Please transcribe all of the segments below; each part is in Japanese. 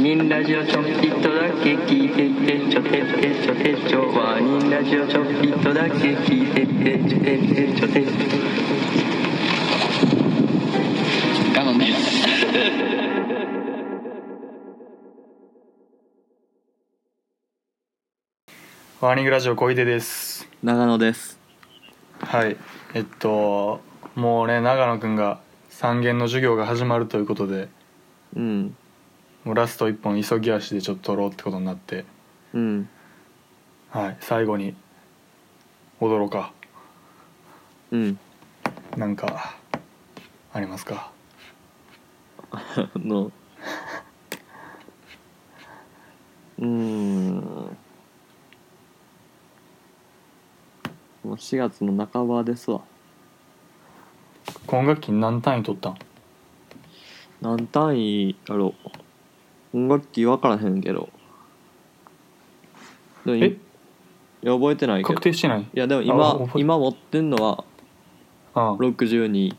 ニンラジオちょっぴっとだけ聞いてってちょてってちょてちょワニンラジオちょっぴっとだけ聞いてってちょてってちょて我慢です。ワーニングラジオ小出です長野ですはいえっともうね長野くんが三限の授業が始まるということでうんもうラスト一本急ぎ足でちょっと撮ろうってことになってうんはい最後に踊ろうかうんなんかありますかあのうーんもう4月の半ばですわ今学期何単位取ったん何単位やろ音楽器分からへんけどでもいえいや覚えてないけど確定してないいやでもあ覚今え今持ってんのはあ62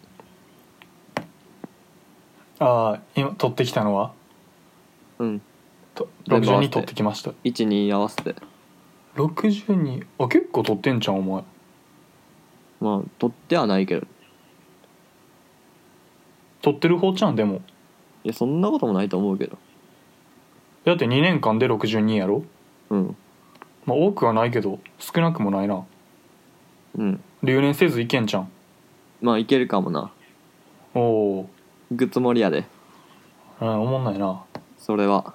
あ今取ってきたのはうんと全部合わせ62て取ってきました12合わせて62あ結構取ってんじゃんお前まあ取ってはないけど取ってる方じゃんでもいやそんなこともないと思うけどだって2年間で62やろうんまあ多くはないけど少なくもないなうん留年せずいけんじゃんまあいけるかもなおお行くつもりやでーうんおもんないなそれは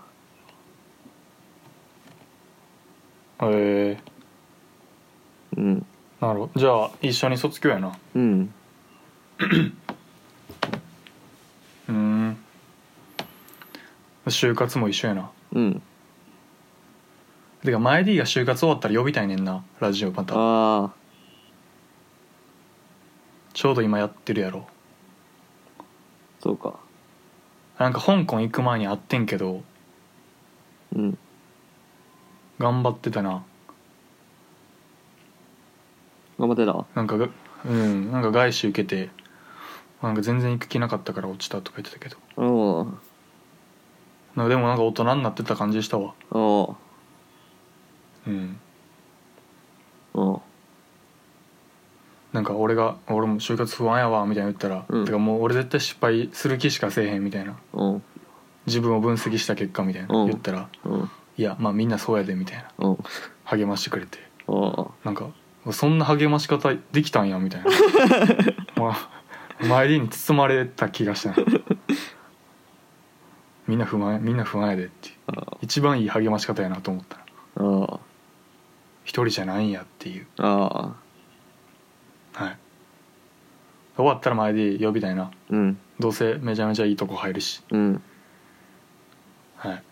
へえうんなるほどじゃあ一緒に卒業やなうんうーん就活も一緒やなうんてか前 D が就活終わったら呼びたいねんなラジオまたああちょうど今やってるやろそうかなんか香港行く前に会ってんけどうん頑張ってたな頑張ってたなんかがうんなんか外資受けてなんか全然行く気なかったから落ちたとか言ってたけどおーなんかでもなんか大人になってた感じしたわおうんーおなんか俺が「俺も就活不安やわ」みたいな言ったら「うんてかもう俺絶対失敗する気しかせえへん」みたいなーおー自分を分析した結果みたいな、うん言ったらおー「いやまあみんなそうやで」みたいなおー励ましてくれておーなんかそんな励まし方できたんやみ たいなまあ前に包まれた気がしたなみんな不安みんな不安やでってあー一番いい励まし方やなと思ったおー一人じゃないんやっていうあはい終わったら前で呼びたいなーうんどうせめちゃめちゃいいとこ入るしうんはい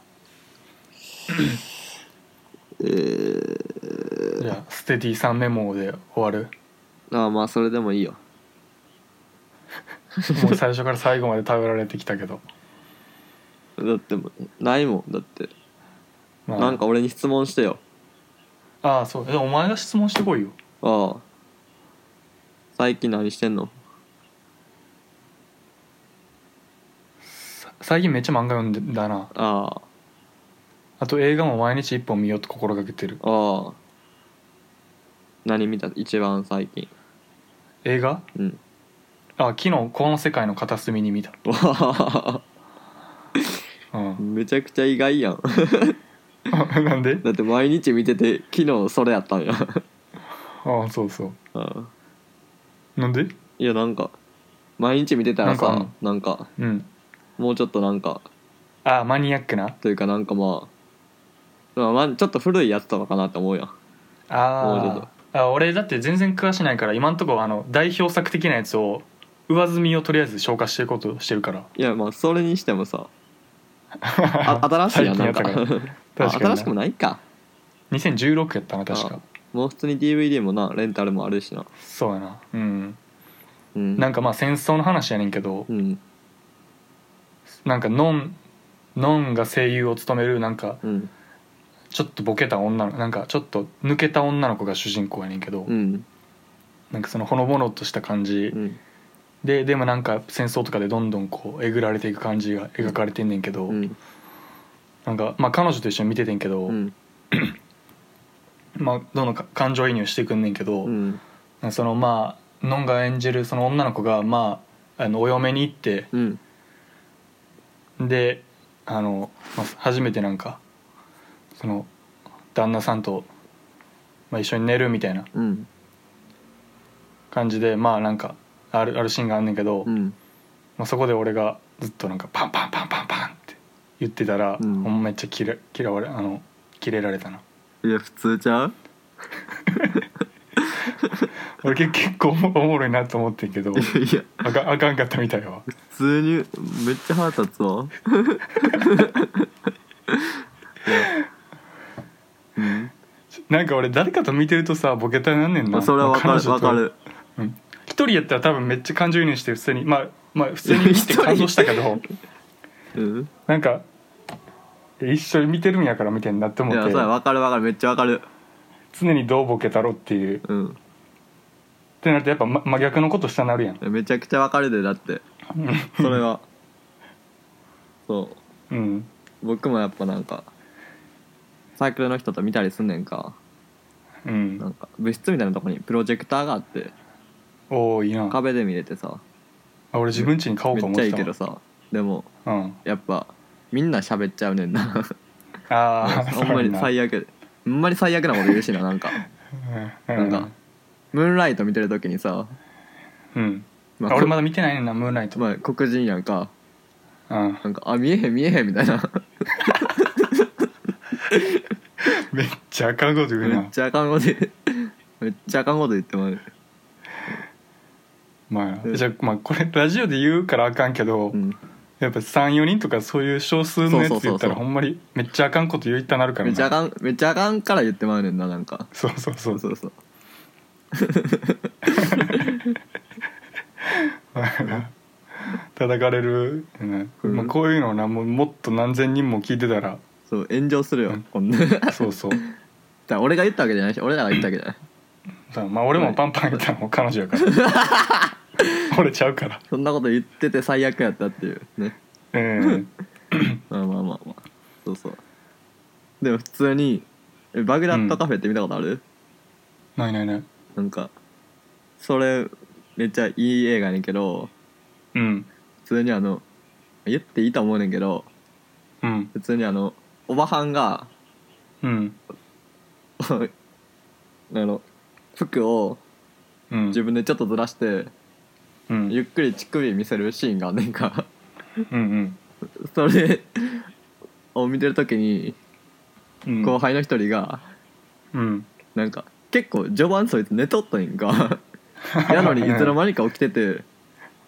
えー、じゃあステディさんメモで終わるああまあそれでもいいよもう最初から最後まで頼られてきたけど、だってもうないもんだってまあ、なんか俺に質問してよああそうえお前が質問してこいよああ最近何してんのさ最近めっちゃ漫画読んでんだなああと映画も毎日一本見ようと心がけてるあああ何見た一番最近映画うん あ昨日この世界の片隅に見たわあうんめちゃくちゃ意外やん なんでだって毎日見てて昨日それやったんやああそうそうんうなんでいやなんか毎日見てたらなんさかなんかうんもうちょっとなんかああマニアックなというかなんかまあまあまあちょっと古いやつとかかなって思うやんもうちょっあーあ俺だって全然詳しないから今んとこあの代表作的なやつを上積みをとりあえず消化していこうとしてるからいやまあそれにしてもさあ新しいやんなんか最近やったかあ確かにな新しくもないか2016やったな確かもう普通に DVD もなレンタルもあるしなそうやなうんうんなんかまあ戦争の話やねんけどうんなんかノンノンが声優を務めるなんかうんちょっとボケた女のなんかちょっと抜けた女の子が主人公やねんけど、うんなんかそのほのぼのとした感じ、うんででもなんか戦争とかでどんどんこうえぐられていく感じが描かれてんねんけど、うんなんか、まあ、彼女と一緒に見ててんけど、うんまあ、どんどんか感情移入していくんねんけど、うんそのまあのんが演じるその女の子が、まあ、あのお嫁に行ってうんであの、まあ、初めてなんかその旦那さんと、まあ、一緒に寝るみたいなうん感じでまあなんかあるあるシーンがあんねんけど、うんまあ、そこで俺がずっとなんかパンパンパンパンパンって言ってたら、うんほんまめっちゃ嫌嫌われあのキレられたないや普通ちゃう俺け結構おもおもろいなと思ってん けどいやあかんあかんかったみたいわ普通にめっちゃ腹立つわいやうんなんか俺誰かと見てるとさボケたいなんねんまなあ、それはわか彼女るとわかる一人やったら多分めっちゃ感情移入して普通にまあまあ普通に見て感動したけどうんなんか一緒に見てるんやからみたいになってい思やっそてれわかるわかるめっちゃわかる常にどうボケたろっていうっうんてなるとやっぱま真逆のことしたなるやんめちゃくちゃわかるでだってそれ はそううん僕もやっぱなんかサークルの人と見たりすんねんかうなんんか部室みたいなとこにプロジェクターがあっておおいいな壁で見れてさあ俺自分家に買おうめかっ思ちゃいっいてけどたさでもわうんやっぱみんな喋っちゃうねんなああほんまに最悪ほんまに最悪なこと言うしな なんか悪なんかムーンライト見てる時にさ、うんまあ俺まだだ見てないねんなムーンライトまあ黒人やんかうんなんかあ見えへん見えへんみたいなめっちゃあかんこと言うめっなちゃあかんこと言うめっちゃあかんこと言ってまうまあじゃあまあこれラジオで言うからあかんけどうんやっぱ34人とかそういう少数のやつ言ったそうそうそうそらうほんまにめっちゃあかんこと言いたなるからなめっちゃあかんめっちゃあかんから言ってまうねんななんかそうそうそそううそうそう 叩かれる、うんうんまあ、こういうのをなもうもっと何千人も聞いてたらそう炎上するよ、うんこんな だかそうそうら俺が言ったわけじゃないし俺らが言ったわけじゃないさまあ俺もパンパン言ったらもう彼女 やから俺ちゃうからそんなこと言ってて最悪やったっていうねうんまあまあまあまあそうそうでも普通にえバグダッドカフェって見たことある、ないないないなんかそれめっちゃいい映画やねんけどうん普通にあの言っていいと思うねんけどうん普通にあのおばはんがうん あの服をうん自分でちょっとずらしてうんゆっくり乳首見せるシーンがあんねんか うんそれを見てる時にうん後輩の一人がうんなんか結構序盤そいつ寝とったんやん かやのにいつの間にか起きてて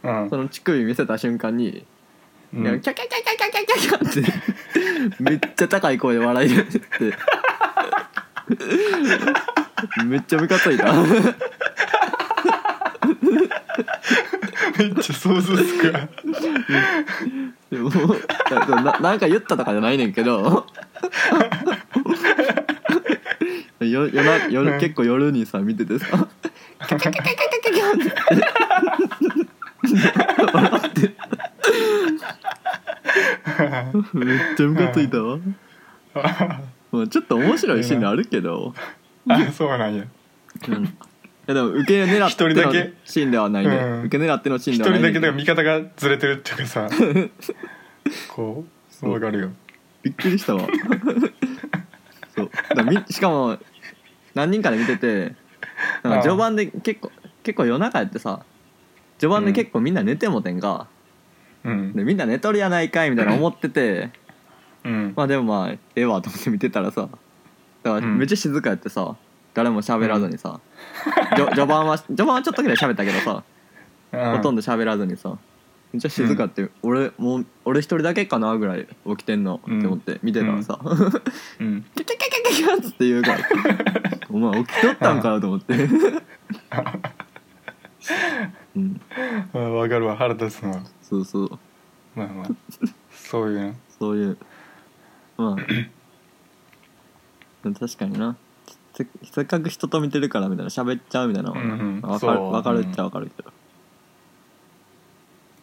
うんその乳首見せた瞬間に「うんいやキャキャキャキャキャキャキャキャ」 ってめっちゃ高い声で笑い出してめっちゃムカついためっちゃ想像つ くわでもななんか言ったとかじゃないねんけど よ夜な夜結構夜にさ見ててさ「キャキャキャキャキャキャキャ」ってめっちゃムカついたわ、まあ、ちょっと面白いシーンあるけどあそうなんやうんいやでも受け狙って一人だけのシーンではないね、うん受け狙ってのシーン一では人ないだねけだから見方がずれてるっていうかさこうわかるよびっくりしたわそうだみしかも何人かで見ててなんか序盤で結構結構夜中やってさ序盤で結構みんな寝てもてんか、うんでみんな寝とるやないかいみたいな思っててうんまあでもまあええわと思って見てたらさだからうんめっちゃ静かやってさ誰も喋らずにさ、じょ序盤は序盤はちょっとぐらい喋ったけどさ、ほほとんど喋らずにさめっちゃ静かって、俺もう俺一人だけかなぐらい起きてんのって思って見てたらさ、うんキャキャキャキャキャッつって言うからお前起きとったんかなと思 ってうんあわかるわ腹立つのはそうそうまあまあそういうそういうま あ確かになせせっかく人と見てるからみたいな喋っちゃうみたいなのはなうんうんわかるそうわかるっちゃわかるけど、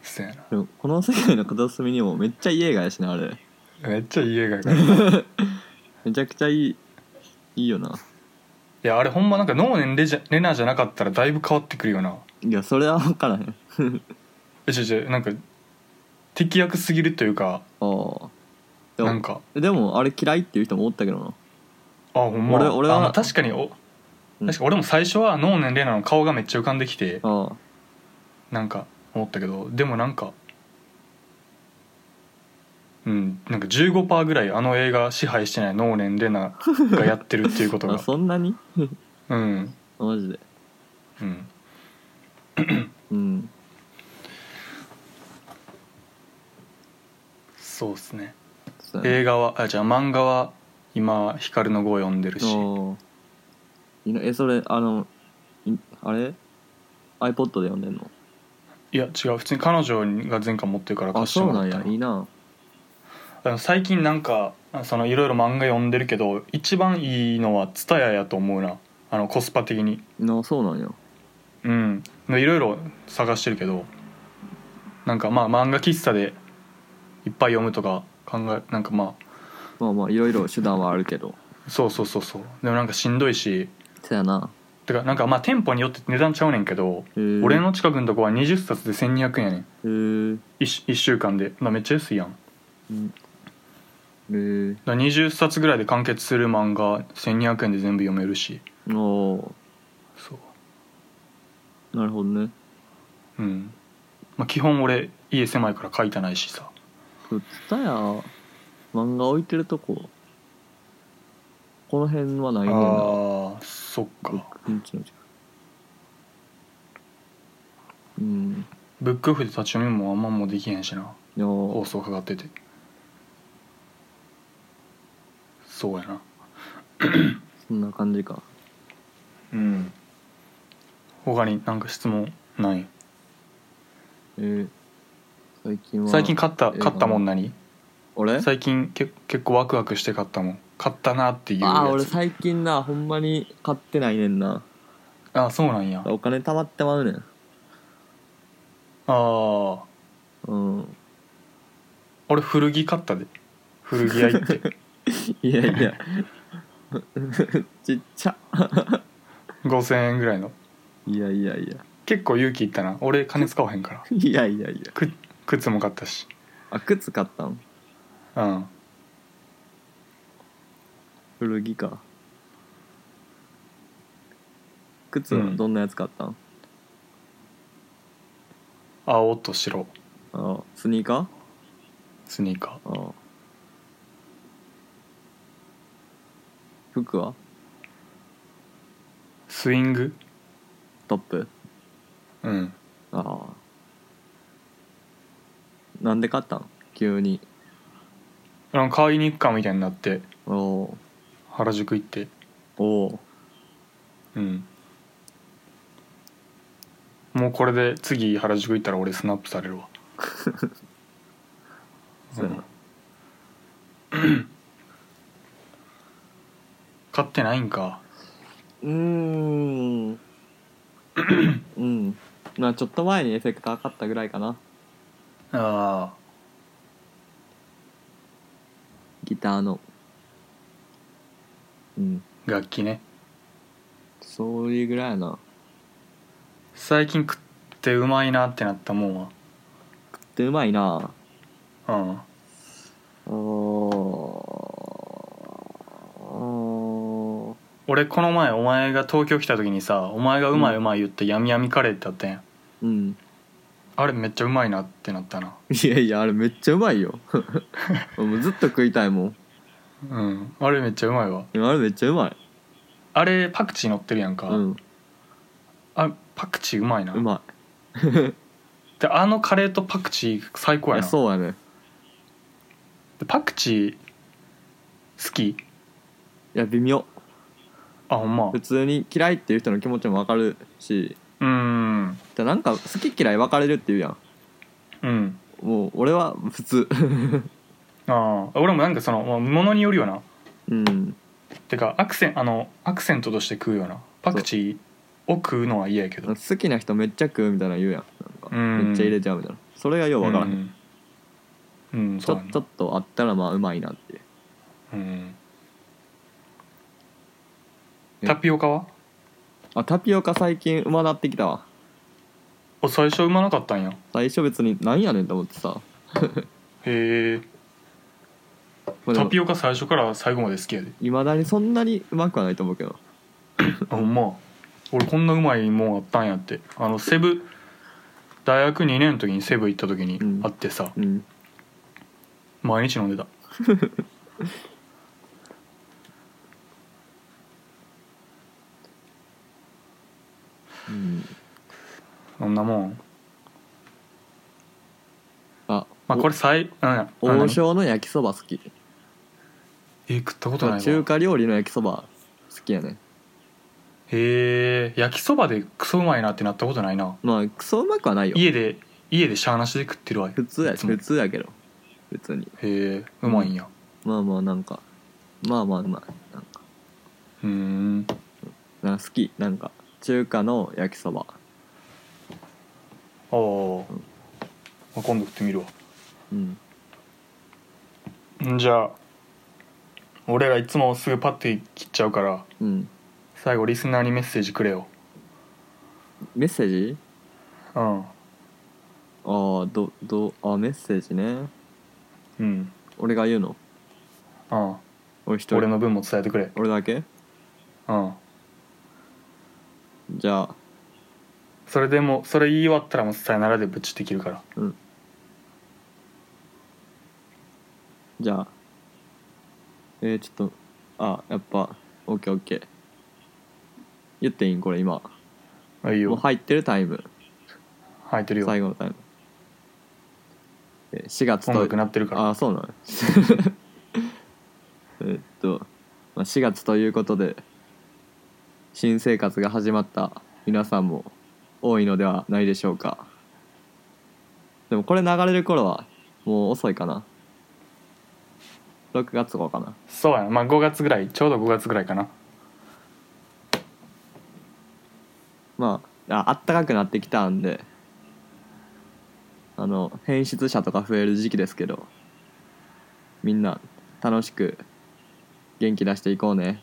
そうやなでもこの世界の片隅にもめっちゃいい映画やしなあれめっちゃいい映画やからいめちゃくちゃいいいいよなやあれほんまなんか能年レジャレナじゃなかったらだいぶ変わってくるよないやそれは分からへんえ違う違うなんか適役すぎるというかああでもなんかでもあれ嫌いっていう人もおったけどなあほんま俺俺はあまあ確かにおうん確か俺も最初は能年レナの顔がめっちゃ浮かんできてああなんか思ったけどでもなんかうんなんか15%ぐらいあの映画支配してない能年レナがやってるっていうこと あがそんなにうんマジでうんうんそうですねそうやな映画はあじゃあ漫画は今光の碁を読んでるしおーいいなえそれあのいあれ iPod で読んでんのいや違う普通に彼女が前回持ってるからあ貸してそうもならんったやいいなあの最近なんかそのいろいろ漫画読んでるけど一番いいのは蔦屋やと思うなあのコスパ的になそうなんやうんでいろいろ探してるけどなんかまあ漫画喫茶でいっぱい読むとか考えなんかままあまあいろいろ手段はある けどあそうそうそうそうでもなんかしんどいしそやなてかなんかまあ店舗によって値段ちゃうねんけどへー俺の近くのとこは20冊で1200円やねんへー 1, 週間でだからめっちゃ安いやんだかうんへーら20冊ぐらいで完結する漫画1200円で全部読めるしおーそうなるほどねうん、まあ、基本俺家狭いから書いてないしさそうツタヤ漫画置いてるとここの辺はないねんなああそっかうん違う違ううんブックオフで立ち読みもあんまもうできへんしないや放ー送かかっててそうやなそんな感じかうん他になんか質問ないえー、最近は最近買った映画買ったもん何俺最近け結構ワクワクして買ったもん買ったなっていうやつああ俺最近なほんまに買ってないねんなあそうなんやあお金貯まってまうねんあーうん俺古着買ったで古着屋行って いやいやちっちゃ5000円ぐらいのいやいやいや結構勇気いったな俺金使わへんからいやいやいやく靴も買ったしあ靴買ったんうん古着か靴うはんどんなやつ買ったん、青と白ああスニーカスニーカーーああ服はスイングトップうんああなんで買ったん急にあの買いに行くかみたいになっておお原宿行っておおうんもうこれで次原宿行ったら俺スナップされるわそうやなうん買ってないんかうー んうんまあちょっと前にエフェクター買ったぐらいかなあギターのうんあ楽器ねそういうぐらいやな最近食ってうまいなってなったもんはでうまいなうんあー俺この前お前が東京来た時にさお前がうまいうまい言ってやみやみカレーってあったやんうんあれめっちゃうまいなってなったないやいやあれめっちゃうまい よもうずっと食いたいもんうんあれめっちゃうまいわあれめっちゃうまいあれパクチー乗ってるやんか、うんあパクチーうまいなうまであのカレーとパクチー最いい高ややなそうやねでパクチー好きいや微妙あほんま普通に嫌いっていう人の気持ちもわかるしうんだなんか好き嫌い分かれるっていうやんうんもう俺は 普通ああ俺もなんかそのまあものによるよなうんてかアクセンあのアクセントとして食うよなパクチーを食うのは嫌やけど好きな人めっちゃ食うみたいなの言うやんなんうかんめっちゃ入れちゃうみたいなそれがよう分からへん、うんうんちそうょやなちょっとあったらまあうまいなってうんえタピオカはあタピオカ最近うまなってきたわあ最初うまなかったんや最初別に何やねんと思ってさへえタピオカ最初から最後まで好きやでいまだにそんなにうまくはないと思うけどあほんま俺こんなうまいもんあったんやってあのセブ大学2年の時にセブ行った時にうんあってさ、うん毎日飲んでたうんそんなもんあ、まあこれ最うんお王あ将の焼きそば好き何え食ったことないわ中華料理の焼きそば好きやねへえ焼きそばでクソうまいなってなったことないなまあクソうまくはないよ家で家でしゃーなしで食ってるわ普通やいつも普通やけど普通にへえうまいんやまあまあなんかまあまあうまいなんかうんんなんか好きなんか中華の焼きそばあー、あ今度食ってみるわうんんじゃあ俺らいつもすぐパッて切っちゃうからうん最後リスナーにメッセージくれよメッセージうんああどどあメッセージねうん俺が言うのうん俺一人俺の分も伝えてくれ俺だけうんじゃあそれでもそれ言い終わったらもうさよならでぶっちって切るからじゃあえー、ちょっとあやっぱオッケーオッケー言っていいんこれ今あいいもうよ入ってるタイム入ってるよ最後のタイムえ4月音と楽なってるからあそうなの えっと、まあ、4月ということで新生活が始まった皆さんも多いのではないでしょうかでもこれ流れる頃はもう遅いかな6月号かなそうやなまあ5月ぐらいちょうど5月ぐらいかなまあああったかくなってきたんであの変質者とか増える時期ですけどみんな楽しく元気出していこうね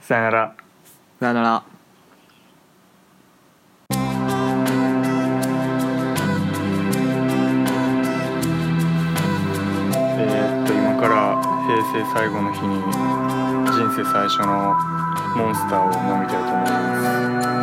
さよならさよならえーっと今から平成最後の日に人生最初のモンスターを飲みたいと思います